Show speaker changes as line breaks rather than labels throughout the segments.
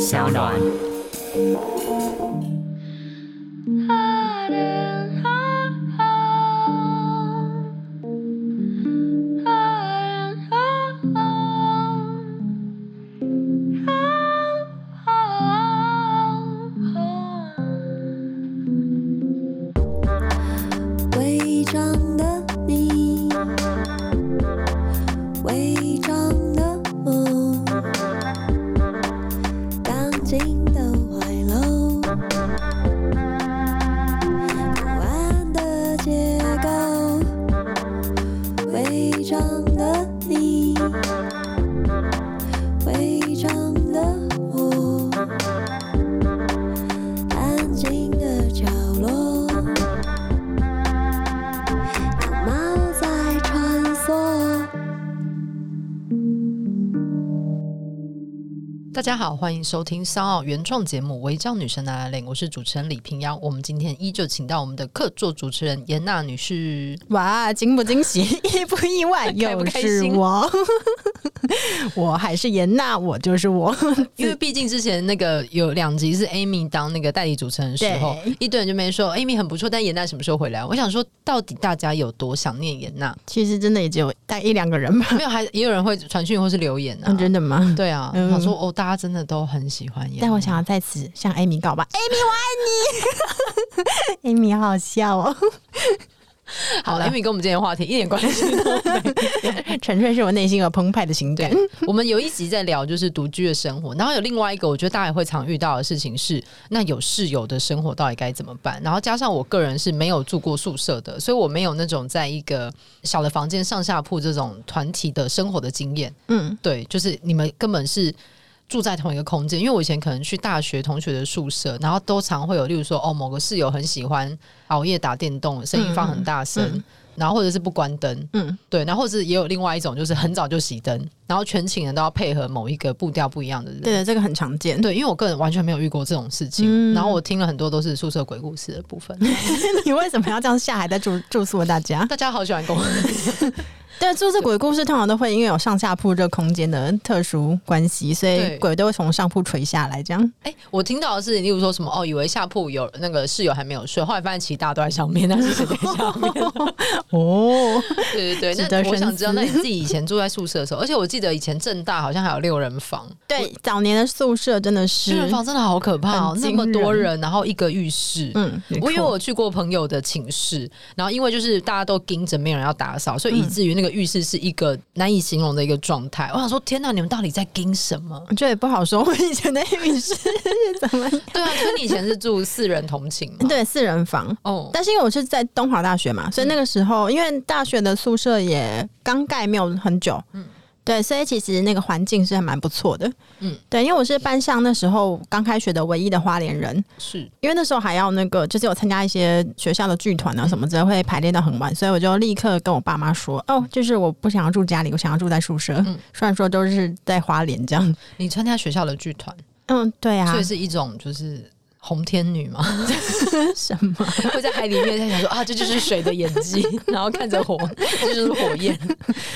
小暖。
伪装的你，伪装的我，钢筋的怀楼，不安的结构，伪装的你，伪装的我，安静的角落。猫在穿梭。
大家好，欢迎收听三奥原创节目《违章女神拿来领》，我是主持人李平阳。我们今天依旧请到我们的客座主持人严娜女士。
哇，惊不惊 喜，意不意外，
开不
又
开
是
心
我， 我还是严娜，我就是我，
因为毕竟之前那个有两集是 Amy 当那个代理主持人的时候
对，
一堆人就没说哎 Amy 很不错，但严娜什么时候回来？我想说，到底大家有多想念严 娜？
其实真的也只有带一两个人吧，
没有，还也有人会传讯或是留言啊。
真的吗？
对啊，
嗯
他说哦，大家真的都很喜欢严娜。
但我想要在此向艾米告白，艾米，我爱你，艾米 好笑哦，
好
好了
，Amy 跟我们今天的话题一点关系都
纯粹是我内心有澎湃的情感，
我们有一集在聊就是独居的生活，然后有另外一个我觉得大家也会常遇到的事情是，那有室友的生活到底该怎么办？然后加上我个人是没有住过宿舍的，所以我没有那种在一个小的房间上下铺这种团体的生活的经验。
嗯，
对，就是你们根本是。住在同一个空间，因为我以前可能去大学同学的宿舍，然后都常会有，例如说，哦，某个室友很喜欢熬夜打电动，声音放很大声，
嗯嗯
然后或者是不关灯，
嗯，
对，然后或者也有另外一种，就是很早就熄灯，然后全寝人都要配合某一个步调不一样的人。
对的，这个很常见，
对，因为我个人完全没有遇过这种事情，
嗯
然后我听了很多都是宿舍鬼故事的部分，
你为什么要这样下海在住 住宿？大家
大家好喜欢跟我。
对，就是鬼故事通常都会因为有上下铺这个空间的特殊关系，所以
对
鬼都会从上铺垂下来，这样。
哎、我听到的是，例如说什么哦，以为下铺有那个室友还没有睡，后来发现其实大家都在上面，但是谁在下面？
哦，
对对对，
值得
那我想
深
知道，那
思
你自己以前住在宿舍的时候，而且我记得以前正大好像还有六人房，
对，早年的宿舍真的是
六，人房真的好可怕哦，
很
那
惊
么多
人
人，然后一个浴室，
嗯，没
我因为
错？
我去过朋友的寝室，然后因为就是大家都盯着，没有人要打扫，所以以至于那个浴室是一个难以形容的一个状态。我想说，天哪，你们到底在盯什么
我觉得也不好说，我以前的浴室 是怎么样？
对 啊，所以你以前是住四人同寝嘛？，
对，四人房。嗯
哦，
但是因为我是在东华大学嘛，所以那个时候因为大学的宿舍也刚盖没有很久，嗯，对，所以其实那个环境是还蛮不错的，
嗯
嗯，对，因为我是班上那时候刚开学的唯一的花莲人，
是
因为那时候还要那个，就是有参加一些学校的剧团啊什么之类，会排练到很晚，所以我就立刻跟我爸妈说，哦，就是我不想要住家里，我想要住在宿舍。虽然说都是在花莲这样，
你参加学校的剧团，
嗯，对啊
所以，是一种就是。红天女嘛，
什么？
会在海里面在想说啊，这就是水的演 技，然后看着火，这就是火焰，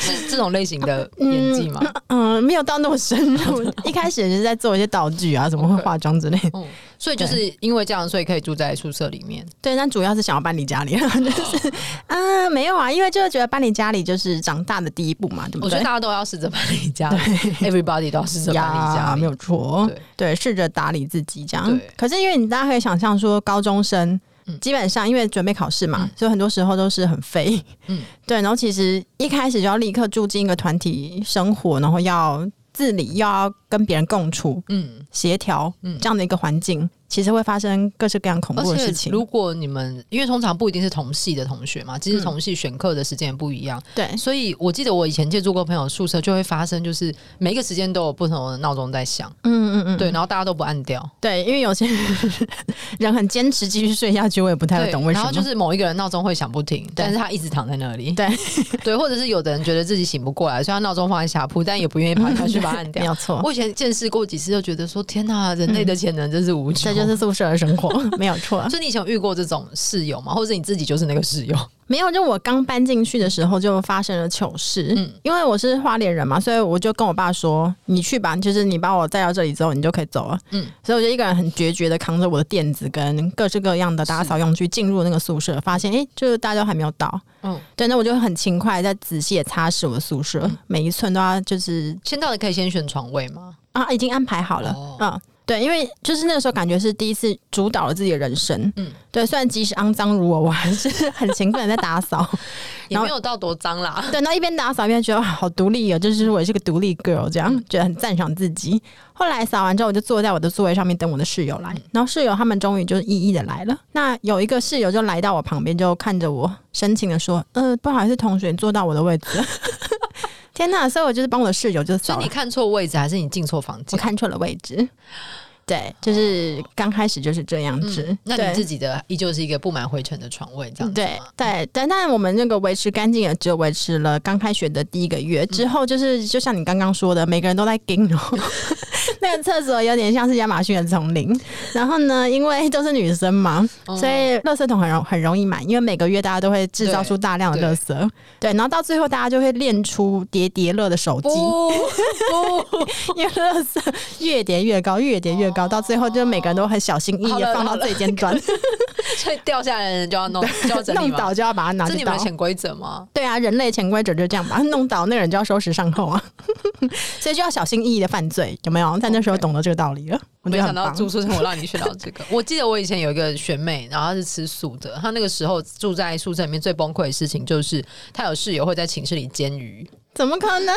是这种类型的演技吗？
嗯，没有到那么深 入，一开始也是在做一些道具啊，什么会化妆之类的。
嗯，所以就是因为这样，所以可以住在宿舍里面。
对，但主要是想要搬离家里， 就是
哦
啊，没有啊，因为就是觉得搬离家里就是长大的第一步嘛，对不
我觉
对
得？大家都要试着搬离家里，everybody 都要试着搬离家
呀，
里。
没有错，
对
对，试着打理自己这样
对。
可是因为你大家可以想象说，高中生
嗯
基本上因为准备考试嘛，所以很多时候都是很废。
嗯
嗯， 对。然后其实一开始就要立刻住进一个团体生活，然后要自理，又要跟别人共处、
嗯，
协调
嗯
这样的一个环境，其实会发生各式各样恐
而
怖的事
且
情。嗯
如果你们因为通常不一定是同系的同学嘛，其实同系选课的时间也不一样，
对，
所以我记得我以前借住过朋友宿舍，就会发生就是每一个时间都有不同的闹钟在响，
嗯嗯嗯，
对，然后大家都不按掉，
对，因为有些 人很坚持继续睡下去，我也不太
对
会懂为，什
然
么
后。就是某一个人闹钟会响不停，但是他一直躺在那里，
对
对，或者是有的人觉得自己醒不过来，所以他闹钟放在下铺，但也不愿意爬下去把它按
没
掉。
有错，
我以前见识过几次，就觉得说天哪，人类的潜能真是无穷，
嗯这就就是宿舍的生 活，没有错。
所以你以前有遇过这种室友吗？或者你自己就是那个室友？
没有，就我刚搬进去的时候就发生了糗事。
嗯
因为我是花莲人嘛，所以我就跟我爸说：“你去吧，就是你把我带到这里之后，你就可以走了。”
嗯
嗯，所以我就一个人很决绝的扛着我的垫子跟各式各样的打扫用具进入那个宿舍，发现诶，就是大家都还没有到。
嗯，
对，那我就很勤快在仔细的擦拭我的宿舍，每一寸都要就是
先到的可以先选床位吗？
啊，已经安排好了。
哦
嗯，对，因为就是那个时候感觉是第一次主导了自己的人生。
嗯
嗯，对，虽然即使肮脏如我，我还是很勤奋的在打扫。
也
然后
没有到多脏啦。
对，那一边打扫一边觉得哇好独立哦，就是我也是个独立 girl，这样觉得很赞赏自己。后来扫完之后，我就坐在我的座位上面等我的室友
嗯
来，然后室友他们终于就是一一的来了。那有一个室友就来到我旁边，就看着我深情的说：“呃，不好意思，同学，你坐到我的位置 了。”天哪！所以我就是帮我的室友就是
所
扫
以
了
你看错位置还是你进错房
我
间？
看错了位置。对，就是刚开始就是这样子。
嗯，那你
对
自己的依旧是一个布满灰尘的床位这样子
对
吗
对，但但我们那个维持干净也只有维持了刚开学的第一个月，之
嗯
后就是就像你刚刚说的，每个人都在盯 哦。那个厕所有点像是亚马逊的丛林，然后呢，因为都是女生嘛，
嗯
所以垃圾桶很容很容易满，因为每个月大家都会制造出大量的垃圾，对，然后到最后大家就会练出叠叠乐的手机，
不不，
因为垃圾越叠越高，越叠越高，到最后就每个人都很小心翼
好
翼
了
的放
好
到
了
最尖 端，
所以掉下来的人就要弄，就要整理
弄
吗
倒就要把它拿
这
去
你们
倒
的。潜规则吗？
对啊，人类潜规则就这样吧， 弄倒那个人就要收拾善后啊， 所以就要小心翼翼的犯罪，有没有？在那时候懂得这个道理了，我
没
觉得
想
很
到
棒。
住宿生活让你学到这个。我记得我以前有一个学妹，然后她是吃素的，她那个时候住在宿舍里面最崩溃的事情就是她有室友会在寝室里煎鱼，
怎么可能？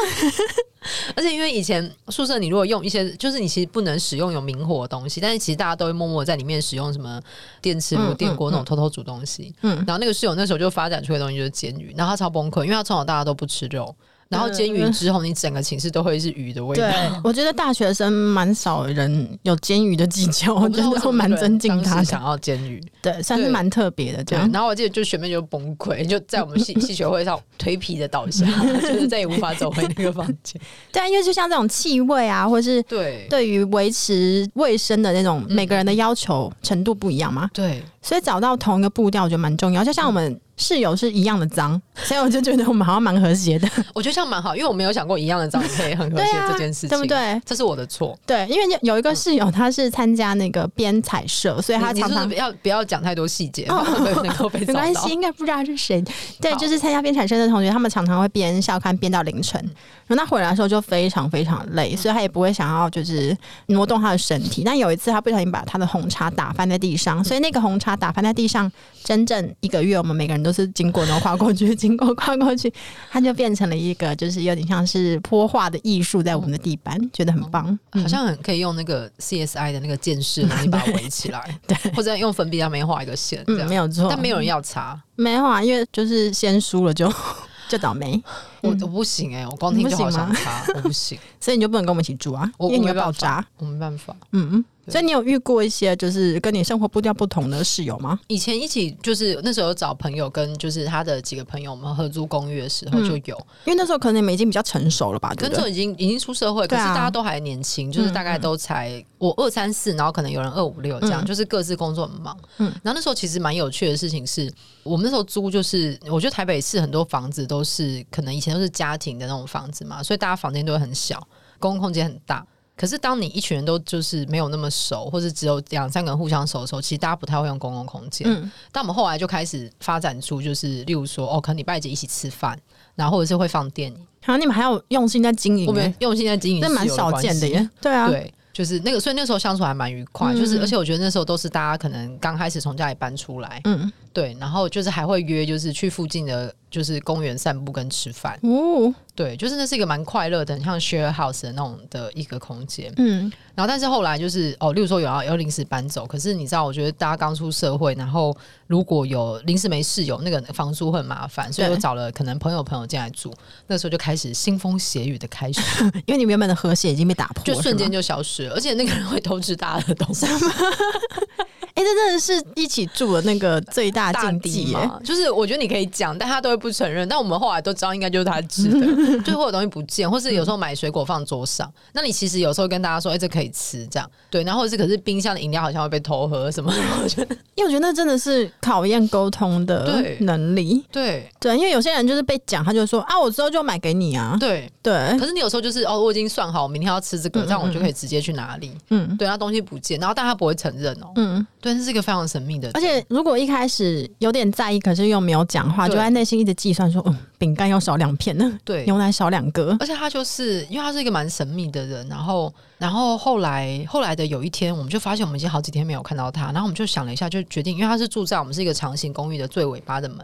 而且因为以前宿舍你如果用一些，就是你其实不能使用有明火的东西，但是其实大家都会默默在里面使用什么电磁炉、
嗯
电锅
嗯
那种偷偷煮东西。
嗯
然后那个室友那时候就发展出来的东西就是煎鱼，然后他超崩溃，因为他从小到大都不吃肉，然后煎鱼之后，你整个寝室都会是鱼的味道。
我觉得大学生蛮少人有煎鱼的技巧，我
不知
觉
道为
得
什
我
么
蛮
那个人
尊
当
敬他
时
的啊
想，要煎鱼，
对，算是
对
蛮特别的这
对。
样
然。后我记得就学妹就崩溃，就在我们 系系学会上颓皮的倒下，就是再也无法走回那个房间。
对啊，因为就像这种气味啊，或是
对
对于维持卫生的那种，
嗯
每个人的要求程度不一样嘛，
对，
所以找到同一个步调我觉得蛮重要。就像我们室友是一样的脏， 所以我就觉得我们好像蛮和谐的，
我觉得这样蛮好，因为我没有想过一样的脏可以很和
对
谐
啊，
这件事情，
对不？对？
这是我的错。
对，因为有有一个室友，他是参加那个编采社，所以他
你你
常
是不是
常哦
不要不要讲太多细节，会不会能够被
没
找
关
到
系，。应该不知道是谁。对，
好
就是参加编产生的同学，他们常常会编校刊编到凌晨，
嗯
然后他回来的时候就非常非常累，所以他也不会想要就是挪动他的身体。但有一次他不小心把他的红茶打翻在地
嗯
上，所以那个红茶打翻在地上，整整一个月，我们每个人都是经过然后跨过去， 经过跨过去，它就变成了一个就是有点像是泼画的艺术在我们的地板，觉得很棒。
哦好像很可以用那个 CSI 的那个剑士，然后你把它围起来，
对，
或者用粉笔上面画一个线，这
嗯，
样
没。有错，
但没有人要擦，
没有啊，因为就是先输了就 就倒霉，
我
嗯
我不行哎，我光听就好想擦，我不行，
所以你就不能跟我们一起住啊，
我
因为你
我
会
没办
爆
法
炸。
我没办法。
嗯，
对
所以你有遇过一些就是跟你生活步调不同的室友吗？
以前一起就是那时候有找朋友跟就是他的几个朋友，我们合租公寓的时候
嗯
就有，
因为那时候可能你们已经比较成熟了吧，对
跟
不
这
对？
已经已经出社会，可
对
是
啊嗯
大家都还年轻，就是大概都才我二三四，然后可能有人二五六这样，
嗯
就是各自工作很忙。嗯
嗯，
然后那时候其实蛮有趣的事情是，我们那时候租就是，我觉得台北市很多房子都是可能以前都是家庭的那种房子嘛，所以大家房间都会很小，公共空间很大。可是当你一群人都就是没有那么熟，或是只有两三个人互相熟的时候，其实大家不太会用公共空间。
嗯，
但我们后来就开始发展出就是，例如说哦，可能礼拜几一起吃饭，然后或者是会放电影。
好像你们还有用心在经营、
我们
欸，
用心在经营，
这蛮少见的。耶。对啊，
对，就是那个，所以那时候相处还蛮愉快，
嗯
就是而且我觉得那时候都是大家可能刚开始从家里搬出来，
嗯，
对，然后就是还会约，就是去附近的就是公园散步跟吃饭，
哦，
对，就是那是一个蛮快乐的，很像 share house 的那种的一个空间。
嗯，
然后但是后来就是哦，例如说有要要临时搬走，可是你知道，我觉得大家刚出社会，然后如果有临时没室友，那个房租会很麻烦，所以
对
我找了可能朋友朋友进来住，那时候就开始腥风血雨的 开始。
因为你们原本的和谐已经被打破，
就瞬间
就。
就消失了，而且那个人会偷吃大家的东西。
哎、这真的是一起住的那个最大
大
禁忌
敌
啊耶！
嘛，就是我觉得你可以讲，但他都会不承认。但我们后来都知道，应该就是他吃 的，就会有东西不见，或是有时候买水果放桌上，
嗯
那你其实有时候跟大家说，哎、这可以吃，这样对，然后或者是可是冰箱的饮料好像会被偷喝什么， 我觉得
因为我觉得那真的是考验沟通的
对
能力。
对
对，因为有些人就是被讲，他就说啊，我之后就买给你啊。
对。
对，
可是你有时候就是哦，我已经算好我明天要吃这个，
嗯
这样我就可以直接去哪里。
嗯
对，那东西不见，然后但他不会承认哦。
嗯，
对，这是一个非常神秘的，
而且如果一开始有点在意，可是又没有讲话，就
对
在内心一直计算说，嗯，饼干要少两片呢，
对，
牛奶少两个。
而且他就是因为他是一个蛮神秘的人，然后然后后来后来的有一天，我们就发现我们已经好几天没有看到他，然后我们就想了一下，就决定，因为他是住在我们是一个长形公寓的最尾巴的门，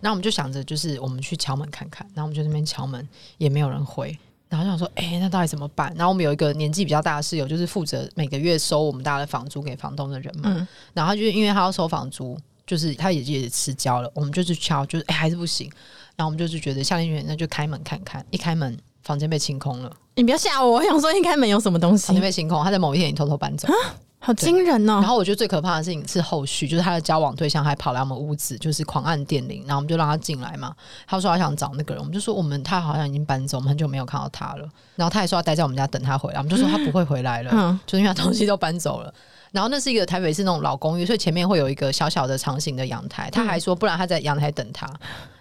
然后我们就想着就是我们去敲门看看，然后我们就在那边敲门，也没有人回。然后就想说，哎、那到底怎么办？然后我们有一个年纪比较大的室友，就是负责每个月收我们大家的房租给房东的人嘛。
嗯
然后他就是因为他要收房租，就是他也也迟交了，我们就去敲，就是哎、还是不行。然后我们就是觉得夏令营那就开门看看，一开门房间被清空了，
你不要吓我，我想说应该没有什么东
房间
西，
被清空，他在某一天也偷偷搬走。
好惊人
啊然
哦！
后我觉得最可怕的事情是后续，就是他的交往对象还跑来我们屋子，就是狂按电铃，然后我们就让他进来嘛。他说他想找那个人，我们就说我们他好像已经搬走，我们很久没有看到他了。然后他还说要待在我们家等他回来，我们就说他不会回来了，
嗯
就是因为他东西都搬走了。然后那是一个台北市那种老公寓，所以前面会有一个小小的长形的阳台。他还说，不然他在阳台等他。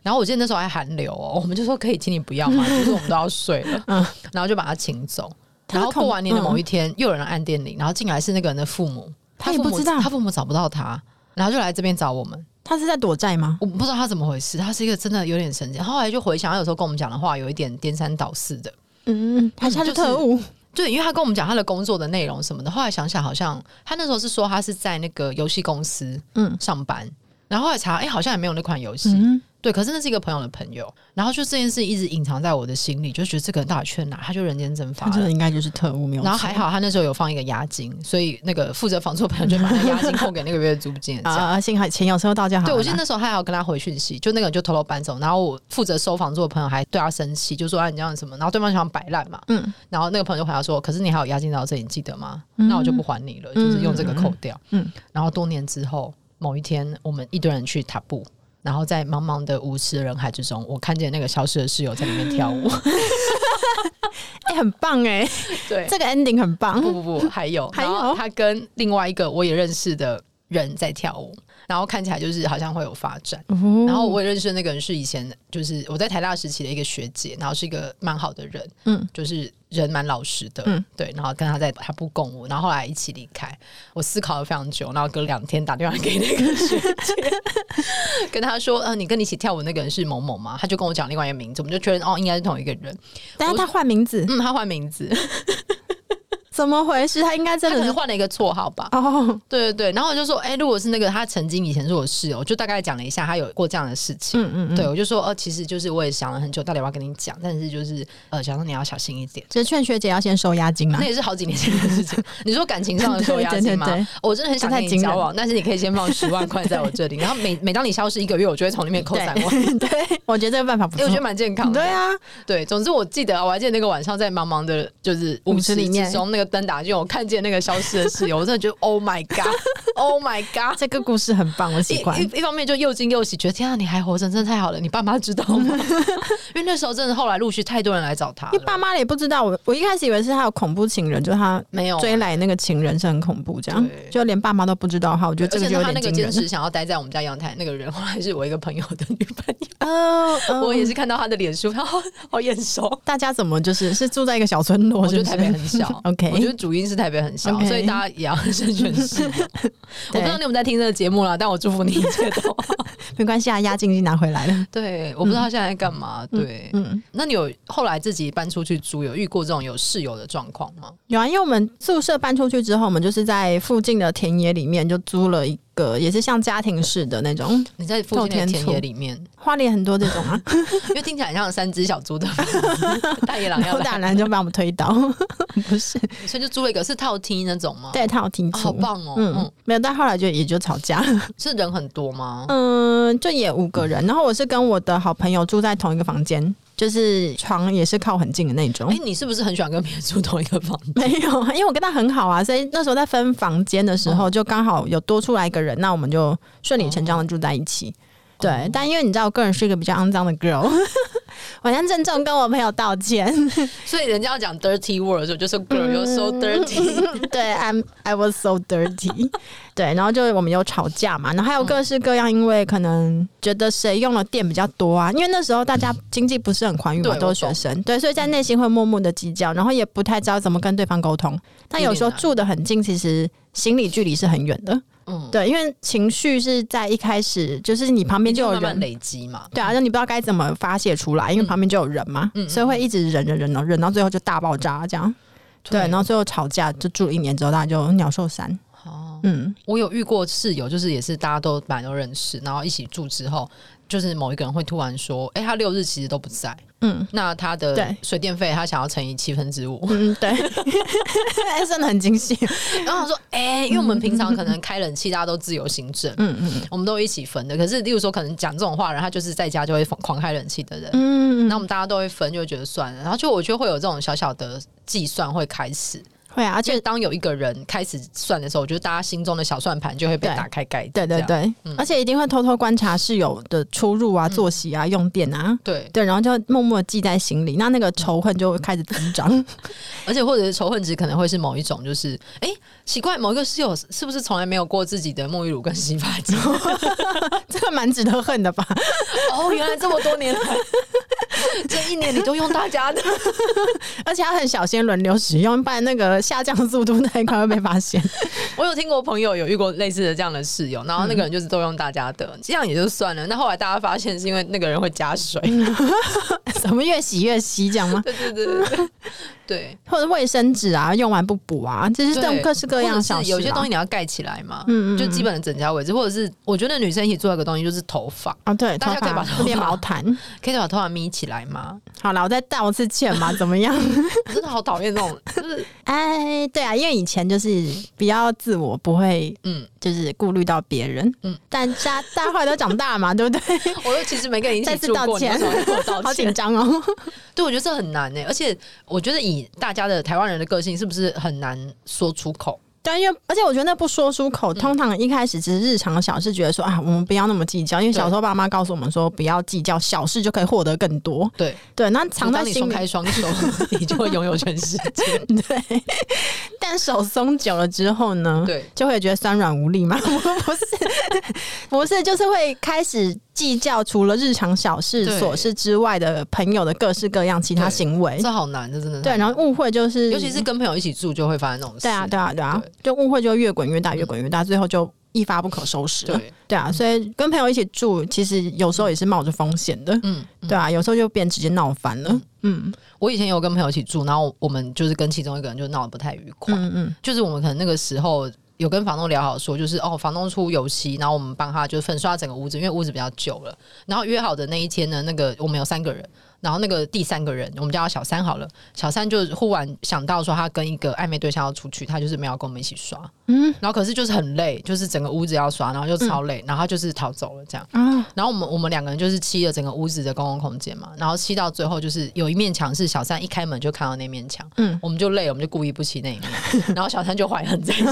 然后我记得那时候还寒流哦，我们就说可以请你不要嘛，就是我们都要睡了，
嗯
然后就把他请走。
他
然后
恐
过完年的某
嗯
一天，又有人按电铃，然后进来是那个人的父母，
他也不
父母
知道
他父母找不到他，然后就来这边找我们。
他是在躲债吗？
我不知道他怎么回事，他是一个真的有点神经。后来就回想，他有时候跟我们讲的话有一点颠三倒四的。
嗯，还是他是
就是
特务？
对，因为他跟我们讲他的工作的内容什么的，后来想想好像他那时候是说他是在那个游戏公司
嗯
上班，然后后来查，哎、好像也没有那款游戏。
嗯，
对，可是那是一个朋友的朋友，然后就这件事一直隐藏在我的心里，就觉得这个人到底去了哪，他就人间蒸发
他
了
真。的应该就是特务，没有错。
然后还好他那时候有放一个押金，所以那个负责房租的朋友就把那押金扣给那个月租 金的这样。
啊，幸好钱有收到就好了啦。
对，我记得那时候他还有跟他回讯息，就那个人就偷偷搬走，然后我负责收房租的朋友还对他生气，就说啊你这样什么，然后对方想摆烂嘛，
嗯
然后那个朋友就回答说，可是你还有押金到这里，你记得吗？那我就不还你了，就是用这个扣掉。
嗯
嗯，
嗯
然后多年之后，某一天我们一堆人去塔布。然后在茫茫的舞池人海之中，我看见那个消失的室友在里面跳舞。
哎、很棒哎、
对，
这个 ending 很棒。
不不 不，还有，
嗯还
然后
有
他跟另外一个我也认识的人在跳舞，然后看起来就是好像会有发展。
然
然后我也认识的那个人是以前就是我在台大时期的一个学姐，然后是一个蛮好的人，
嗯
就是人蛮老实的，
嗯
对。然后跟他在他不共舞，然后后来一起离开。我思考了非常久，然后隔两天打电话给那个学 姐，跟他说：“呃，你跟你一起跳舞那个人是某某吗？”他就跟我讲另外一个名字，我们就确认哦，应该是同一个人。
但是他换名字，
嗯，他换名字，
怎么回事？他应 该
他
真
可
的
能
是
换了一个绰号吧。
哦，
对对对，然后我就说，哎、如果是那个他曾经以前是我室友，我就大概讲了一下他有过这样的事情。
嗯嗯嗯，
对，，我就说，呃，其实就是我也想了很久，到底要不要跟你讲，但是就是呃，想说你要小心一点。
只是劝学姐要先收押金啦
那。也是好几年前的事 情。你说感情上的收押
对对
金吗？
啊对
我真的很想
这太
跟你
惊
交
人
往，但是你可以先放十万块在我这 里，然后每每当你消失一个月，我就会从里面扣三万。
对，我觉得这个办法不
因为
错
我觉。得蛮健康的，
对啊，
对。总之我记得，哦我还记得那个晚上在茫茫的，就是
舞
舞
池
池
里
里
面
面，中那个灯打进，我看见那个消失的室友，我真的觉得 Oh my God，Oh my God，哦
这个故事很棒，我
一
喜欢。
一一方面就又惊又喜，觉得天啊，你还活着，真的太好了！你爸妈知道 吗？因为那时候真的后来陆续太多人来找他
你
了，
爸妈也不知道，我我一开始以为是他有恐怖情人，就是他
没有啊
追来那个情人是很恐怖，这样
对
就连爸妈都不知道的话，我觉得
而
这
且
个就有
他那
点
个
惊
坚
人。
持想要待在我们家阳台那个人，后来是我一个朋友的女朋友，
哦，哦
我也是看到他的脸书，然后好眼熟。
大家怎么就是是住在一个小村 落，
我觉
是
得
不
台北
是
很小
OK
我觉得主因是台北很小
OK
所以大家也要慎选室 友。我不知道你有没有在听这个节目啦，但我祝福你一切都 好。
没关系啊，押金已经拿回来了。
对，我不知道他现在在干嘛。对，
嗯，
那你有后来自己搬出去住，有遇过这种有室友的状况吗？
有啊，因为我们宿舍搬出去之后，我们就是在附近的田野里面就租了一个，也是像家庭式的那种，
你在附近的
透天
田
厝
野里 面，
花莲很多这种啊，
因为听起来很像三只小猪的房 子大野狼
然
要
后大
来，
然就把我们推倒，不是
所以就租了一个是套厅那种吗？
对套厅
哦，
租。
好棒哦！
嗯，
嗯，
没有，但后来就也就吵架 了。嗯
是人很多吗？
嗯，就也五个人，然后我是跟我的好朋友住在同一个房间，就是床也是靠很近的那种。
哎、你是不是很喜欢跟别人住同一个房间？
没有，因为我跟他很好啊，所以那时候在分房间的时
嗯
候，就刚好有多出来一个人，那我们就顺理成章的住在一起。
哦
对，但因为你知道，我个人是一个比较肮脏的 girl，我先郑重跟我朋友道歉。
所以人家要讲 dirty word 的时候，就说
嗯
girl you're so dirty，
对，I'm I was so dirty。对， 然后就我们有吵架嘛，然后还有各
嗯
式各样，因为可能觉得谁用的电比较多啊，因为那时候大家经济不是很宽裕嘛，
对
都是
我
学
懂嗯
生，对，所以在内心会默默的计较，然后也不太知道怎么跟对方沟通。但有时候
一定啊
住得很近，其实心理距离是很远的。
嗯，
对，因为情绪是在一开始，就是你旁边就有
慢
人
慢累积嘛。
对啊，就你不知道该怎么发泄出来，因为旁边就有人嘛，
嗯嗯嗯
所以会一直忍忍忍，然后忍到最后就大爆炸这样。对，然后最后吵架，就住了一年之后，大家就鸟兽散。
哦，
嗯，
我有遇过室友，就是也是大家都蛮都认识，然后一起住之后，就是某一个人会突然说：“哎、他六日其实都不在，
嗯
那他的
对
水电费他想要乘以七分之五。
嗯，对， 哎真的很惊喜。”
然后我说：“哎、因为我们平常可能开冷气，大家都自由行政，
嗯嗯
我们都一起分的。可是，例如说，可能讲这种话的人，然后他就是在家就会疯狂开冷气的人。
嗯，
那我们大家都会分，就会觉得算了。然后就我觉得会有这种小小的计算会开始，
会啊，而
而且
且
当有一个人开始算的时候，我觉得大家心中的小算盘就会被
对
打开盖子。
对对
这样
对，
嗯
而且一定会偷偷观察室友的出入啊、作息啊、用电啊。
对，
对，然后就默默记在心里，那那个仇恨就开始滋长。
而且或者是仇恨值可能会是某一种，就是哎、诶奇怪，某一个室友是不是从来没有过自己的沐浴乳跟洗发 精？
哦这个蛮值得恨的吧？
哦，原来这么多年来， 这一年你都用大家的，
而且要很小心轮流使用，不然那个下降速度太快会被 发现。
我有听过朋友有遇过类似的这样的室友，然后那个人就是都用大家
嗯
的，这样也就算了。那后来大家发现是因为那个人会加 水，
什么越洗越稀这样吗？
对对对对对对，
或者卫生纸啊，用完不补啊，这是这种
对
各式各样的小
或者
事、
是
啊。
有些东西你要盖起来嘛，
嗯嗯嗯
就基本的整家为止，或者是我觉得女生一起做一个东西就是头发，
啊，对，
大家可以把头发
头变毛毯。
可以把头发眯起来 吗？
好了，我再道次歉 嘛，怎么样？
我真的好讨厌这种，就是
哎，对啊，因为以前就是比较自我，不会
嗯。
就是顾虑到别人。
嗯
嗯，但大家大家后来都长 大嘛，对不对？
我又其实没跟你一起
再次
住
道
过，你为
歉
什么要跟我道
好紧
歉？
张哦。
对，我觉得这很难呢、欸而且我觉得以大家的台湾人的个性，是不是很难说出口？
对，因为而且我觉得那不说出
嗯
口，通常一开始只是日常小事，觉得说啊，我们不要那么计较，因为小时候爸妈告诉我们说，不要计较，小事就可以获得更多。
对，
对，那藏在
当你
心
松
里，
开双 手，你就会拥有全世界。
对，但手松久了之后呢，
对，
就会觉得酸软无力嘛？ 不是，不是，就是会开始计较除了日常小事
对
琐事之外的朋友的各式各样其他行为。
这好难，这真的
对，
很难
然后误会就是，
尤其是跟朋友一起住，就会发生这种事。
对啊，对啊，对啊
对，
就误会就越滚越大，越滚越大，最后就一发不可收拾了。
对嗯
对啊，所以跟朋友一起住，其实有时候也是冒着风险的。
嗯，
对啊，有时候就变直接闹翻了。嗯
我以前有跟朋友一起住，然后我们就是跟其中一个人就闹得不太愉快，
嗯嗯，
就是我们可能那个时候。有跟房东聊好说，就是哦，房东出油漆，然后我们帮他就是粉刷整个屋子，因为屋子比较旧了。然后约好的那一天呢，那个我们有三个人，然后那个第三个人，我们叫他小三好了。小三就忽然想到说，他跟一个暧昧对象要出去，他就是没有跟我们一起刷。嗯
嗯，
然后可是就是很累，就是整个屋子要刷，然后就超累，然后他就是逃走了这样。
嗯啊，
然后我们我们两个人就是漆了整个屋子的公共空间嘛，然后漆到最后就是有一面墙是小三一开门就看到那面墙，嗯
嗯，
我们就累了，我们就故意不漆那一 面，然后小三就怀恨在心，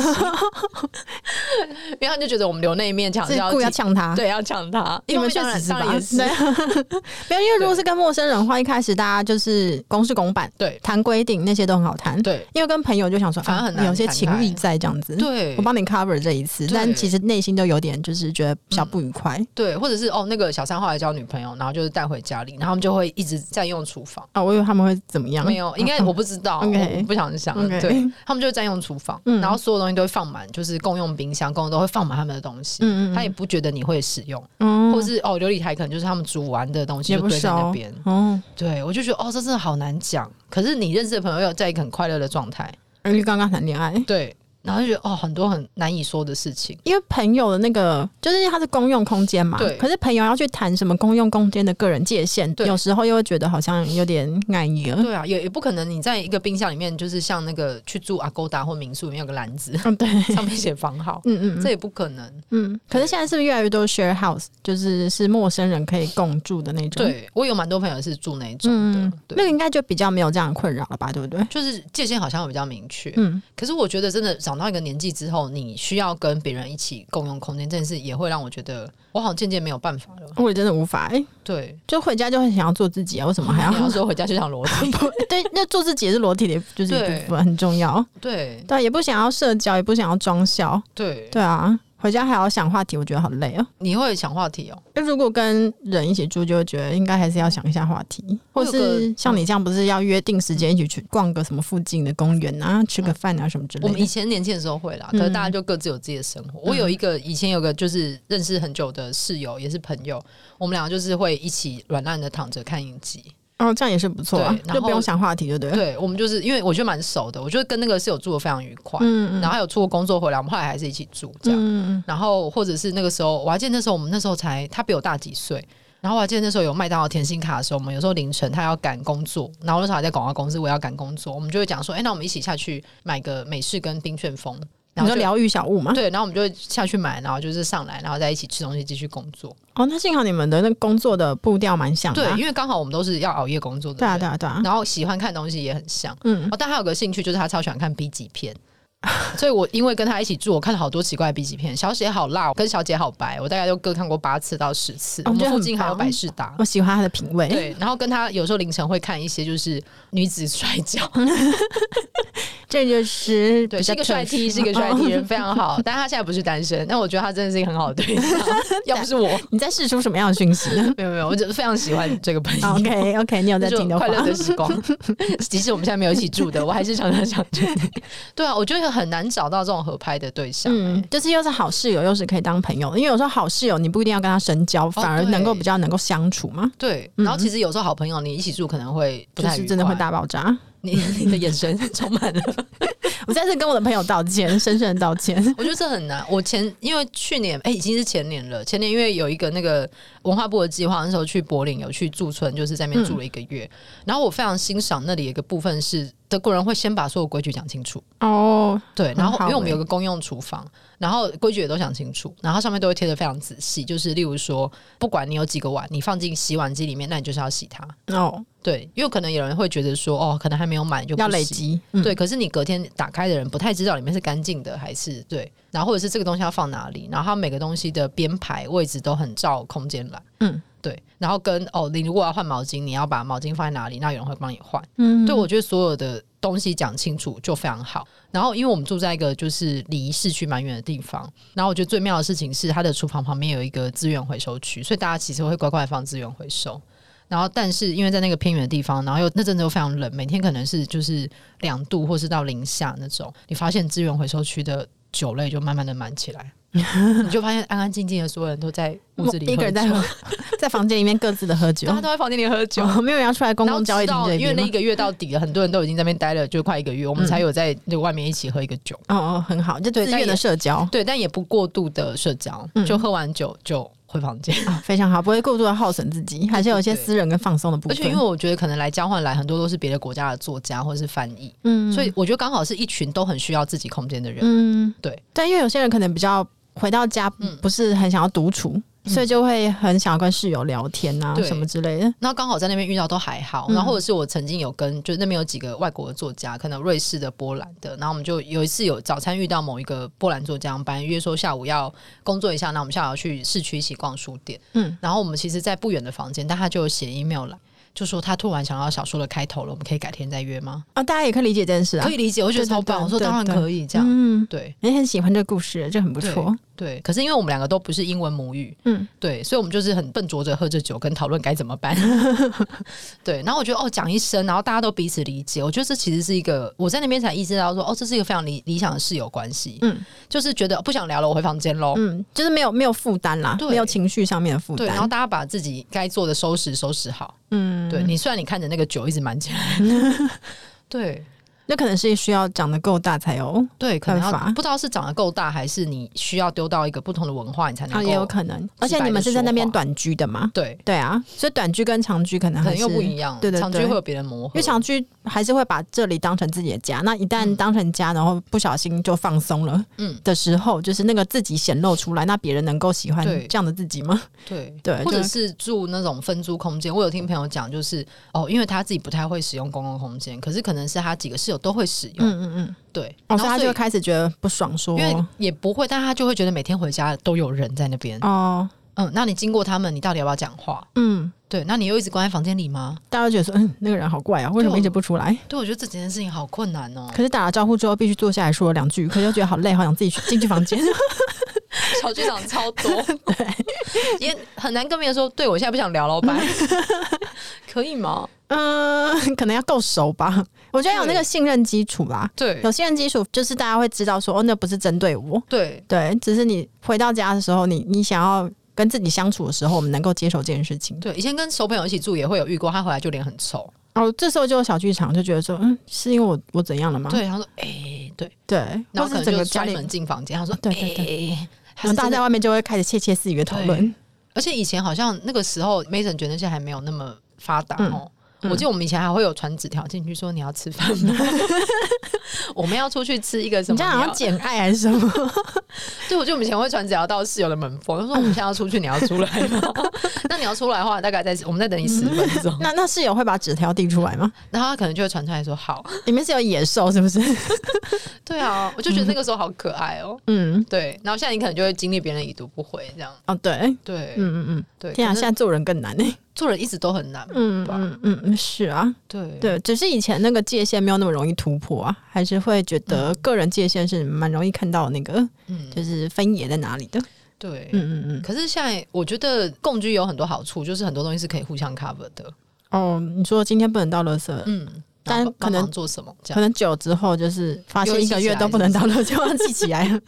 因为他就觉得我们留那一面墙
是
是要
故意要
漆
呛他。
对要抢他，
你们
一
确
方面
实是
当然
吧
当然也？
对
是，
没有，因为如果是跟陌生人的话，一开始大家就是公事公办，
对
谈规定那些都很好谈。，
对
因为跟朋友就想说，
反而
啊
很难
有些
谈
情
开
谊在这样子。，
对
我帮你 cover 这一次，
对嗯
但其实内心都有点就是觉得小不愉快。
对，或者是哦那个小三后来交女朋友，然后就是带回家里，然后他们就会一直占用厨房。
啊，我以为他们会怎么样？
没有，应该
啊
我不知道，
OK
我不想想。
OK
对他们就占用厨房，
嗯
然后所有东西都会放满，就是共用冰箱、共用都会放满他们的东西。
嗯嗯嗯
他也不觉得你会使用，
嗯
或是哦，琉璃台可能就是他们煮完的东西
也
就
不
堆在那
熟
边。
哦。
对我就觉得哦，这真的好难讲。可是你认识的朋友要在一个很快乐的状态，
因为刚刚谈恋爱，
对。然后就觉得哦，很多很难以说的事情。
因为朋友的那个，就是因为它是公用空间嘛，
对
可是朋友要去谈什么公用空间的个人界限，
对
有时候又会觉得好像有点碍眼。
对啊，也也不可能你在一个冰箱里面，就是像那个去住阿勾达或民宿里面有个篮子，
嗯，对，
上面写房号，
嗯嗯
这
嗯
也不可能。
嗯。可是现在是不是越来越多 share house，就是是陌生人可以共住的那种？，
对我有蛮多朋友是住那一种的，
嗯，那
对，
个应该就比较没有这样的困扰了吧，对不对？
就是界限好像比较明确。
嗯，
可是我觉得真的长到一个年纪之后，你需要跟别人一起共用空间这件事，也会让我觉得我好像渐渐没有办法了。
我也真的无法哎、
对，
就回家就很想要做自己啊，为什 么还要
你要说回家就想裸 体，
对，那做自己也是裸体的，就是一部分很重要。
对
对，也不想要社交，也不想要装笑。
对，
对啊，回家还要想话题，我觉得好累哦。
你会想话题哦。
那如果跟人一起住，就会觉得应该还是要想一下话题，
我
或
有个
是像你这样，不是要约定时间一起去逛个什么附近的公园啊，吃个饭啊什么之
我
类
们以
的。
前年轻的时候会
嗯
啦，可是大家就各自有自己的生活。我有一个以前有个就是认识很久的室友，也是朋友，我们俩就是会一起软烂的躺着看影集。
哦，这样也是不错啊
对，然后
就不用想话题，对不对？
对我们就是因为我觉得蛮熟的，我觉得跟那个室友住的非常愉快。
嗯，嗯
然后还有出国工作回来，我们后来还是一起住这样。
嗯嗯
然后或者是那个时候，我还记得那时候我们那时候才他比我大几岁，然后我还记得那时候有麦当劳甜心卡的时候，我们有时候凌晨他要赶工作，然后那时候还在广告公司，我也要赶工作，我们就会讲说，哎、那我们一起下去买个美式跟冰旋风，然后
你说
就。
疗愈小物嘛？
对，然后我们就会下去买，然后就是上来，然后再一起吃东西，继续工作。
哦，那幸好你们的那个工作的步调蛮像的
对
啊。，
因为刚好我们都是要熬夜工作的
对啊，
人，
对啊，对啊。
然后喜欢看东西也很像。
嗯，
哦，但他有个兴趣就是他超喜欢看 B 级片，所以我因为跟他一起住，我看了好多奇怪的 B 级片，《小姐好辣》哦跟《小姐好白》，我大概都各看过八次到十次。我
哦觉
们
得
附
很
近还有
棒哎
百事达。
我喜欢他的品味。
对，然后跟他有时候凌晨会看一些就是女子摔跤，
这就是
对，
嗯
是
比较
一个帅
特殊
T，是一 个帅 T 人，非常好。但他现在不是单身，但我觉得他真的是一个很好的 对象。要不是我，
你在试出什么样的讯息 呢
没有没有，我就是非常喜欢这个朋友。
啊？OK OK，你有在
就
听的话
快，乐的时光， 即使我们现在没有一起住的，我还是常常想去。对啊，我觉得很难找到这种合拍的对象、欸。
嗯，就是又是好室友，又是可以当朋友的，因为有时候好室友你不一定要跟他深交，反而
对
能够比较能够相处嘛，
对，然后其实有时候好朋友你一起住可能会不
嗯就
太愉
是
快
真的会大爆炸。
你你的眼 神充满了，
我再次跟我的朋友道 歉，深深的道歉。
我觉得这很难。我前因为去年哎、已经是前年了，前年因为有一个那个文化部的计划，那时候去柏林有去驻村，就是在那边住
嗯
了一个月。然后我非常欣赏那里有一个部分是德国人会先把所有规矩讲清楚，
哦，
对，然后
很好
因为我们
欸
有个公用厨房，然后规矩也都想清楚，然后上面都会贴的非常仔细，就是例如说，不管你有几个碗，你放进洗碗机里面，那你就是要洗它。
哦，
对，因为可能有人会觉得说，哦，可能还没有满就不
要累
洗。
积，嗯
对，可是你隔天打开的人不太知道里面是干净的还是对，然后或者是这个东西要放哪里，然后它每个东西的编排位置都很照空间来，
嗯
对，然后跟哦，你如果要换毛巾，你要把毛巾放在哪里，那有人会帮你换。
嗯，
对，我觉得所有的东西讲清楚就非常好。然后，因为我们住在一个就是离市区蛮远的地方，然后我觉得最妙的事情是，它的厨房旁边有一个资源回收区，所以大家其实会乖乖地放资源回收。然后，但是因为在那个偏远的地方，然后又那阵子又非常冷，每天可能是就是两度或是到零下那种，你发现资源回收区的酒类就慢慢的满起 来，你就发现安安静静的所有人都在屋子里喝酒，
一个人在喝在房间里面各自的喝酒
大，家都在房间里喝酒，
哦没有人要出来公
然后
共交易
直
厅
到
这
因为
边
那
吗
一。个月到底了，很多人都已经在那边待了，就快一个月，我们才有在那个外面一起喝一个酒。
哦哦，很好，就
对
自
但
愿的
也
社交
对，但也不过度的社交，
嗯
就喝完酒就回房间。
啊，非常好，不会过度的耗损自己，还是有一些
对对
私人跟放松的部
而
分。
且因为我觉得可能来交换来很多都是别的国家的作家或者是翻译，
嗯
所以我觉得刚好是一群都很需要自己空间的人。
嗯，
对
但因为有些人可能比较回到家
嗯
不是很想要独处，
嗯
所以就会很想要跟室友聊天啊
对
什么之类的。
那刚好在那边遇到都还好，
嗯
然后或者是我曾经有跟，就那边有几个外国的作家，可能瑞士的、波兰的，然后我们就有一次有早餐遇到某一个波兰作家，我们本来约说下午要工作一下，那我们下午要去市区一起逛书店，
嗯
嗯，然后我们其实，在不远的房间，但他就有写 email 来。就说他突然想到小说的开头了，我们可以改天再约吗？
啊，大家也可以理解这件事啊
可。以理解，我觉得超棒。我
对对
说
对
当然
对
可以，这样
嗯，
对
也很喜欢这个故事，这很不错。
对。可是因为我们两个都不是英文母语，
嗯，
对，所以我们就是很笨拙着喝着酒，跟讨论该怎么办。 对，然后我觉得哦，讲一声，然后大家都彼此理解，我觉得这其实是一个我在那边才意识到说，哦，这是一个非常理理想的室友关系。
嗯
就是觉得哦不想聊了，我回房间喽。
嗯，就是没有没有负担啦，
对
没有情绪上面的负
对，然后
担。
大家把自己该做的收拾收拾好。
嗯，
对你，虽然你看着那个酒一直满起来，对。
那可能是需要长得够大才有，
对，可能要
办法
不知道是长得够大，还是你需要丢到一个不同的文化，你才能
啊，
够、
也有可能。而且你们是在那边短居的嘛？
对，
对啊，所以短居跟长居可能
可能
还是
又不一样。
对对
长居
对
会有别人磨合，
因为长居还是会把这里当成自己的家，那一旦当成家，然后不小心就放松了，
嗯
的时候，就是那个自己显露出来，那别人能够喜欢
对
这样的自己吗？
对
对
或者
就是
住那种分租空间。我有听朋友讲，就是哦，因为他自己不太会使用公共空间，可是可能是他几个室友都会使用，
嗯嗯嗯，
对，然
哦，所
后
以
所
他就
以
会开始觉得不爽说，
因为也不会，但他就会觉得每天回家都有人在那边。
哦，
嗯，那你经过他们，你到底要不要讲话？
嗯，
对，那你又一直关在房间里吗？
大家会觉得说，嗯，那个人好怪啊，为什么一直不出来？
对，我觉得这件事情好困难哦。
可是打了招呼之后，必须坐下来说两句，可是又觉得好累，哦好想自己去进去房间。
小剧场超多，也很难跟别人说，对我现在不想聊了， 拜，可以吗？
嗯，可能要够熟吧，我觉得有那个信任基础啦。
对
有信任基础，就是大家会知道说，哦，那不是针对我，
对
对，只是你回到家的时候，你你想要跟自己相处的时候，我们能够接受这件事情。
对，以前跟熟朋友一起住也会有遇过，他回来就脸很臭，
哦，这时候就有小剧场，就觉得说，嗯，是因为我我怎样了吗？
对，他说，哎、对，
对，
然
啊欸或
后可
是
能
整
就
个家
摔
里，
门进房间，他说，
对对对
哎
然后大家在
家。
外面就会开始窃窃私语的讨论。
而且以前好像那个时候，Mason 觉得那些还没有那么发达
嗯
哦。
嗯
我记得我们以前还会有传纸条进去说你要吃饭吗？ 我们要出去吃一个什
你
么
这
料？
样好像简爱还是什么？
对，我觉得我们以前会传纸条到室友的门缝，就说我们现在要出去，你要出来吗？ 那你要出来的话，大概在我们再等你十分钟，
那那室友会把纸条递出来吗？
然后他可能就会传出来说好。
里面是有野兽是不是？
对啊，我就觉得那个时候好可爱哦。
嗯，
对，然后现在你可能就会经历别人已读不回这样。
哦对，嗯
对，
嗯嗯，
对，
天啊，
可是
现在做人更难呢、
做人一直都很难。
嗯
吧
嗯嗯嗯，是啊，
对
对，只是以前那个界限没有那么容易突破啊，还是会觉得个人界限是蛮容易看到那个
嗯
就是分野在哪里的。
对，
嗯嗯
可是现在我觉得共居有很多好处，就是很多东西是可以互相 cover 的。
嗯，哦，你说今天不能到垃圾，
嗯，
但
然后
可能
帮忙做什么这
可
样？
能久之后就是发
又
现
记
一
起
个月
来
都不
是
能到垃圾，就忘记起 来了。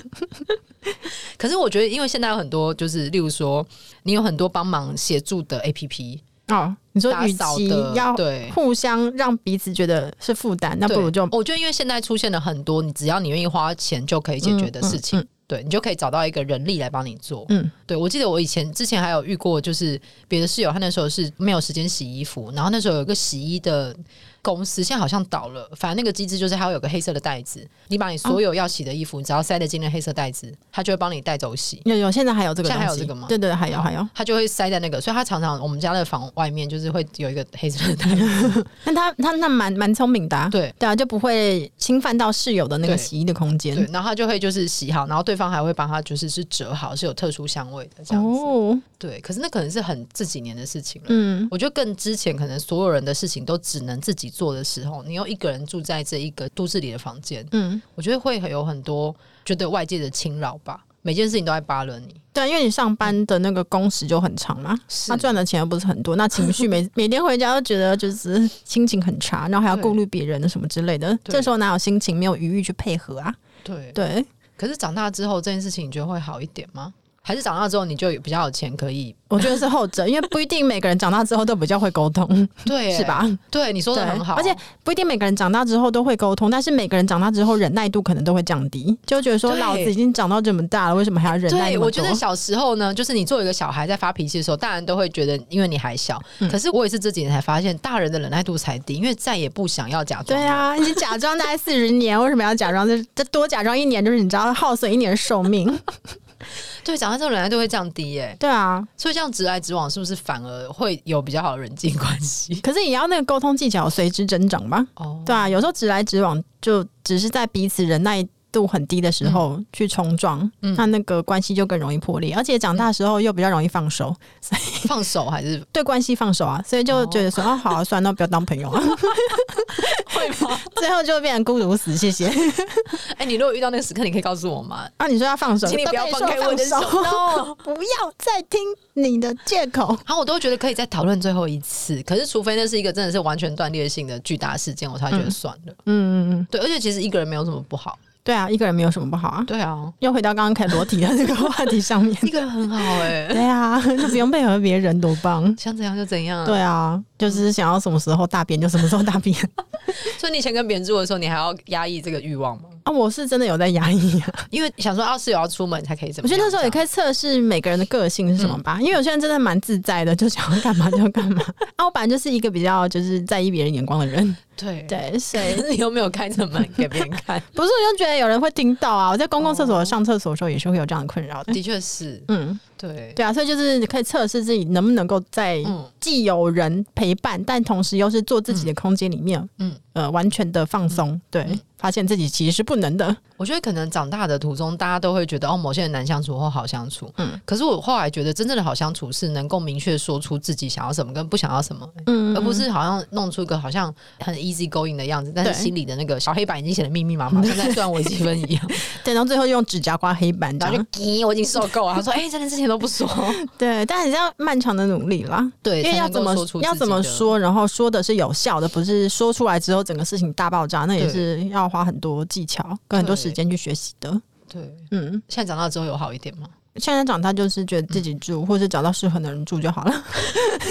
可是我觉得，因为现在有很多就是，例如说，你有很多帮忙协助的 APP，
哦， 你说
打
与
扫
其
的
要
对。
互相让彼此觉得是负担，那不
对哦
如就
我觉得，因为现在出现了很多，你只要你愿意花钱就可以解决的事情，
嗯嗯
对你就可以找到一个人力来帮你做。
嗯
对我记得我以前之前还有遇过，就是别的室友，他那时候是没有时间洗衣服，然后那时候有一个洗衣的公司，现在好像倒了，反正那个机制就是它会有个黑色的袋子，你
哦
把你所有要洗的衣服，你只要塞得进那黑色袋子，它就会帮你带走洗。
有有，现在还有这个
现在
东
还
西，
有这个吗哦
对对，还有还有。
它就会塞在那个，所以它常常我们家的房外面就是会有一个黑色的袋子，
那他他那蛮蛮聪明的、啊，
对
对啊，就不会侵犯到室友的那个
对
洗衣的空间
对，然后它就会就是洗好，然后对方还会帮它就是是折好，是有特殊香味的这样子。
哦，
对，可是那可能是很这几年的事情了。啊
嗯，
我觉得更之前，可能所有人的事情都只能自己做的时候，你又一个人住在这一个都市里的房间，
嗯，
我觉得会有很多觉得外界的侵扰吧。每件事情都在扒了你，
对啊，因为你上班的那个工时就很长嘛，
是
那赚的钱又不是很多，那 情绪每每天回家都觉得就是心情很差，然后还要
对
顾虑别人的什么之类的，
对
这时候哪有心情没有余裕去配合啊？
对。
对，
可是长大之后，这件事情你觉得会好一点吗？还是长大之后你就有比较有钱可以？
我觉得是后者，因为不一定每个人长大之后都比较会沟通，
对，
是？吧？
对，你说的
对
很好，
而且不一定每个人长大之后都会沟通，但是每个人长大之后忍耐度可能都会降低，就会觉得说
对
老子已经长到这么大了，为什么还要忍耐
对，
那么
我觉
多？
得小时候呢，就是你作为一个小孩在发脾气的时候，大人都会觉得因为你还小。
嗯啊
可是我也是这几年才发现，大人的忍耐度才低，因为再也不想要假装。
对啊，你假装大概四十年，为什么要假装？这这多假装一年，就是你知道耗损一年的寿命。
对，长大之后忍耐度会降低耶、
对啊，
所以这样直来直往，是不是反而会有比较好的人际关 系？
可是也要那个沟通技巧随之增长吧。
哦，
对啊，有时候直来直往，就只是在彼此忍耐度很低的时候去冲撞，
嗯
那那个关系就更容易破裂，而且长大的时候又比较容易放手，
放手还是
对关系放手啊，所以就觉得说，哦，好、啊，算了，那不要当朋 友啊，
会吗？
最后就会变成孤独死。谢谢。
哎、你如果遇到那个时刻，你可以告诉我吗？
啊，你说要放手，
请你不要
都
放
跟
开
你说
我的手
放手 不要再听你的借口。
然后我都觉得可以再讨论最后一次，可是除非那是一个真的是完全断裂性的巨大事件，我才觉得算了。
嗯嗯嗯。
对，而且其实一个人没有什么不好，
对啊，一个人没有什么不好啊。
对啊，
又回到刚刚开裸体的这个话题上面，
一个人很好哎、
对啊， 就不用配合别人，多棒！
想怎样就怎样。，
对啊，就是想要什么时候大便就什么时候大便
嗯所以你以前跟别人住的时候，你还要压抑这个欲望吗？
啊！我是真的有在压抑啊，
因为想说啊，室友要出门才可以怎
我
么
觉
样？
得那时候也可以测试每个人的个性是什么
嗯
吧，因为有些人真的蛮自在的，就想要干嘛就 干嘛。 啊，我本来就是一个比较就是在意别人眼光的人，
这样对。
对，所以
可是你又没有开着门给别人 看，
不是我就觉得有人会听到啊，我在公共厕所上厕所的时候也是会有这样的困扰的。
的确是，
嗯，
对，
对啊，所以就是可以测试自己能不能够在
嗯
既有人陪伴，但同时又是做自己的空间里面，
嗯
嗯，呃，完全的放松。对，发现自己其实是不能的。
我觉得可能长大的途中，大家都会觉得哦，某些人难相处或好相处。嗯
嗯，
可是我后来觉得，真正的好相处是能够明确说出自己想要什么跟不想要什么，
嗯
而不是好像弄出个好像很 easy going 的样子，但是
对
心里的那个小黑板已经写的密密 麻麻，跟在算微积分一样。
对，然后最后用指甲刮黑板这
然后就
样。
滴，我已经受够了。他说：“哎、真的之前都不 说，
对，但你要漫长的努力啦。
对，
因为
才
要
能够
怎么
说出
要
自己
怎么
的？
说，然后说的是有效的，不是说出来之后整个事情大爆炸，那也
对
是要花很多技巧跟很多
对
时间去学习的。
对，
嗯，
现在长大之后有好一点吗？
现在长大就是觉得自己住，或是找到适合的人住就好了，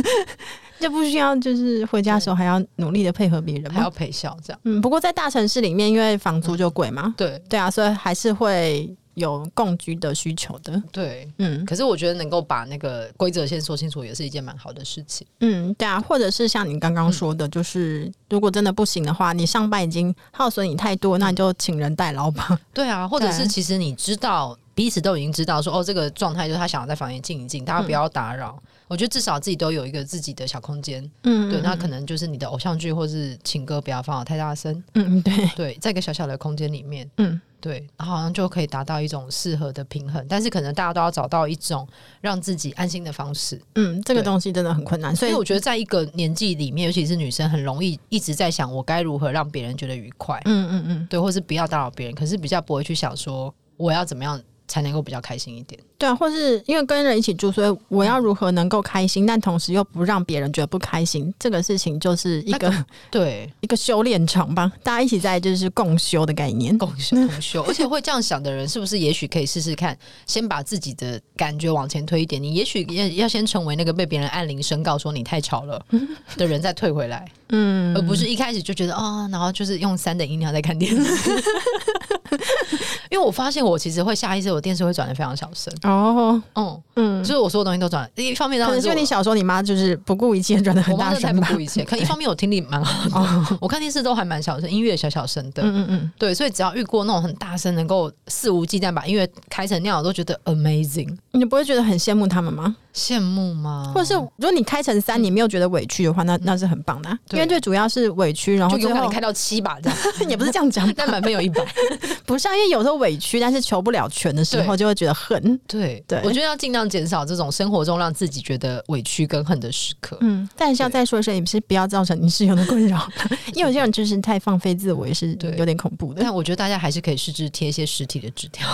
就不需要就是回家的时候还要努力的配合别人
还要嗯
嘛。
陪笑这样？
嗯，不过在大城市里面，因为房租就贵嘛，
对
对啊，所以还是会有共居的需求的。
对。
嗯
可是我觉得能够把那个规则先说清楚，也是一件蛮好的事情。
嗯，对啊，或者是像你刚刚说的，就是如果真的不行的话，你上班已经耗损你太多，那你就请人代劳吧。
对啊，或者是
对
其实你知道彼此都已经知道说哦，这个状态就是他想要在房间静一静，大家不要打扰。我觉得至少自己都有一个自己的小空间。
嗯，
对，那可能就是你的偶像剧或是情歌不要放得太大声。
嗯对，
对，在一个小小的空间里面，
嗯
对，然后好像就可以达到一种适合的平衡。但是可能大家都要找到一种让自己安心的方式。
嗯，这个
对
东西真的很困难，所
所以
以
我觉得在一个年纪里面，尤其是女生，很容易一直在想我该如何让别人觉得愉快。
嗯嗯嗯，
对，或是不要打扰别人，可是比较不会去想说我要怎么样才能够比较开心一点。
对啊，或是因为跟人一起住，所以我要如何能够开心，但同时又不让别人觉得不开心，这个事情就是一个、
对，
一个修炼场吧，大家一起在就是共修的概念。
共修共修，而且会这样想的人，是不是也许可以试试看，先把自己的感觉往前推一点？你也许要要先成为那个被别人按铃声告说你太吵 了的人，再退回来，
嗯
而，不是一开始就觉得啊、然后就是用三的音量在看电视。 因为我发现我其实会下意识，我电视会转的非常小声，
哦，
嗯，
嗯
就，是我所有东西都转，一方面当
可
然
能
是
是因为你
我
小时候你妈就是不顾一切转的很
我妈
大
真的太
声
不
吧。
顾一切， 可一方面我听力蛮好的，
哦，
我看电视都还蛮小声，音乐也小小声的。
嗯嗯嗯，
对，所以只要遇过那种很大声，能够肆无忌惮把音乐开成那样，我都觉得 amazing，
你不会觉得很羡慕他们吗？
羡慕吗？
或者是如果你开成三，你没有觉得委屈的话，那那是很棒的啊、
嗯对
因为最主要是委屈，然后
就有
最
可能
后
开到七吧，这样，
也不是这样讲，
但满分有一百。
不是啊，因为有时候委屈，但是求不了权的时候，
对
就会觉得恨。
对，
对
我觉得要尽量减少这种生活中让自己觉得委屈跟恨的时刻。
嗯，但是要
对
再说一声，也是不要造成你室友的困扰，因为有些人就是太放飞自我，也是
对
有点恐怖的。
但我觉得大家还是可以试着贴一些实体的纸条。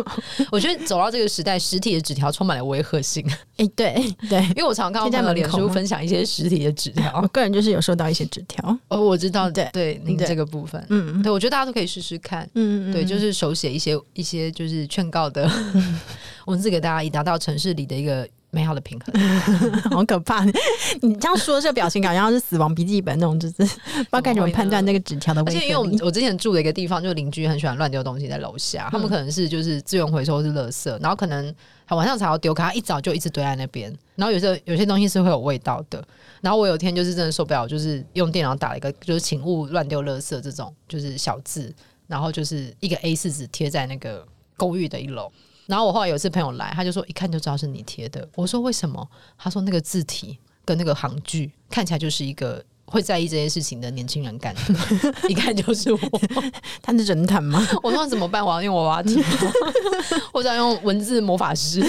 我觉得走到这个时代，实体的纸条充满了威吓性，
哎、对 对，
因为我常看到
贴在
朋友
门
脸
口
书
吗
分享一些实体的纸条
我。个人就是有收到一些纸条，
哦，我知道，
对
对，您
对
这个部分，
嗯嗯
对我觉得大家都可以试试看。
嗯嗯，
对，就是手写一些一些就是劝告的 文字给大家，以达到城市里的一个美好的平衡。
好可怕。你这样说这个表情，感觉像是死亡笔记本那种，就是不知道该怎么判断那个纸条的
而
威
且因为
慑
我们
力。
我之前住的一个地方，就邻居很喜欢乱丢东西在楼下，他们
嗯
可能是就是资源回收是垃圾，然后可能他晚上才要丢，可他一早就一直堆在那边，然后有些有些东西是会有味道的。然后我有一天就是真的受不了，就是用电脑打了一个就是请勿乱丢垃圾这种就是小字，然后就是一个 A 四纸贴在那个公寓的一楼。然后我后来有一次朋友来，他就说一看就知道是你贴的。我说为什么？他说那个字体跟那个行距看起来就是一个会在意这些事情的年轻人干的， 一看就是我。
他是侦探吗？
我说怎么办？我要用娃娃贴吗， 我想用文字魔法师，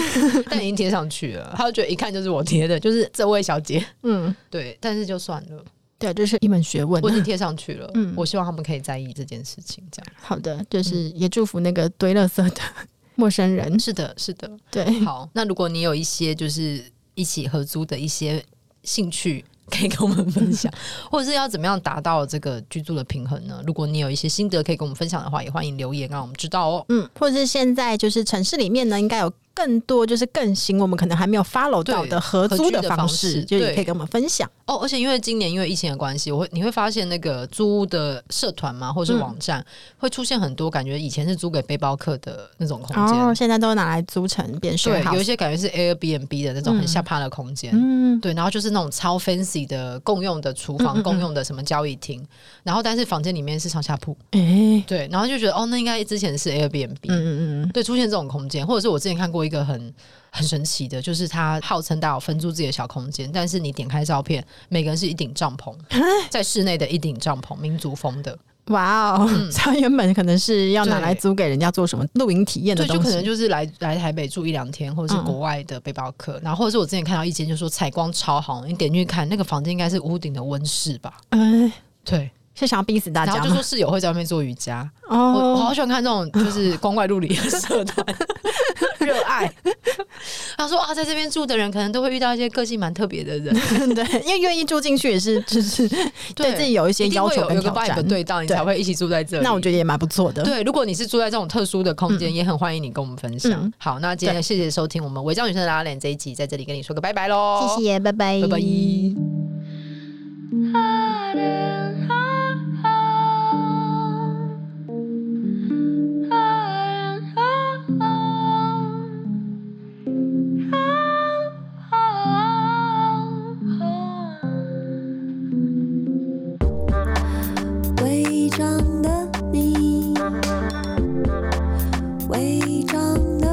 但已经贴上去了。他就觉得一看就是我贴的，就是这位小姐。
嗯，
对，但是就算了，
对，这是一门学问
我。已经贴上去了。
嗯
我希望他们可以在意这件事情。这样
好的，就是也祝福那个堆垃圾的 陌生人。
嗯是的，是的。
对，
好，那如果你有一些就是一起合租的一些兴趣可以跟我们分享， 或者是要怎么样达到这个居住的平衡呢？如果你有一些心得可以跟我们分享的话，也欢迎留言让我们知道哦。
嗯，或者是现在就是城市里面呢，应该有更多就是更新我们可能还没有 follow 到
对
的合
合
租
居的
方
方
式，
式
就也
对
可以跟我们分享。
哦，而且因为今年因为疫情的关系，我会你会发现那个租屋的社团嘛，或者是
嗯
网站、会出现很多感觉以前是租给背包客的那种空间，
哦，现在都拿来租成变
对
税，
有一些感觉是 Airbnb 的那种很下趴的空间。
嗯，
对，然后就是那种超 fancy 的共用的厨房、
嗯嗯嗯
共用的什么交易厅，然后但是房间里面是上下铺，
哎、
对，然后就觉得哦，那应该之前是 Airbnb，、
嗯嗯嗯
对，出现这种空间，或者是我之前看过一个很很神奇的，就是他号称大有分租自己的小空间，但是你点开照片，每个人是一顶 帐篷，在室内的一顶帐篷，民族风的，
嗯，哇哦， 它原本可能是要拿来
对
租给人家做什么露营体验的
对，
东
就
西，
可能就是来来台北住一两天，或者是
嗯
国外的背包客，然后或者是我之前看到一间就说采光超好，你点进去看，那个房间应该是屋顶的温室吧？
哎、
对，
是想要逼死大
然
家
后就
吗
说？室友会在外面做瑜伽，我我
哦，
好喜欢看这种就是光怪陆离的社团， 热爱。他说啊，在这边住的人可能都会遇到一些个性蛮特别的 人，
对，因为愿意住进去也是，就是对自己有一些
一定
要
会
求
有
跟
有个
挑
vibe
战。
对到，你
对
才会一起住在这里。
那我觉得也蛮不错的。
对，如果你是住在这种特殊的空间，也很欢迎你跟我们分享
嗯。
好，那今天谢谢收听我们《违章女生的拉链》这一集，在这里跟你说个拜拜喽，
谢谢，拜拜，
拜拜。
伪装的你，伪装的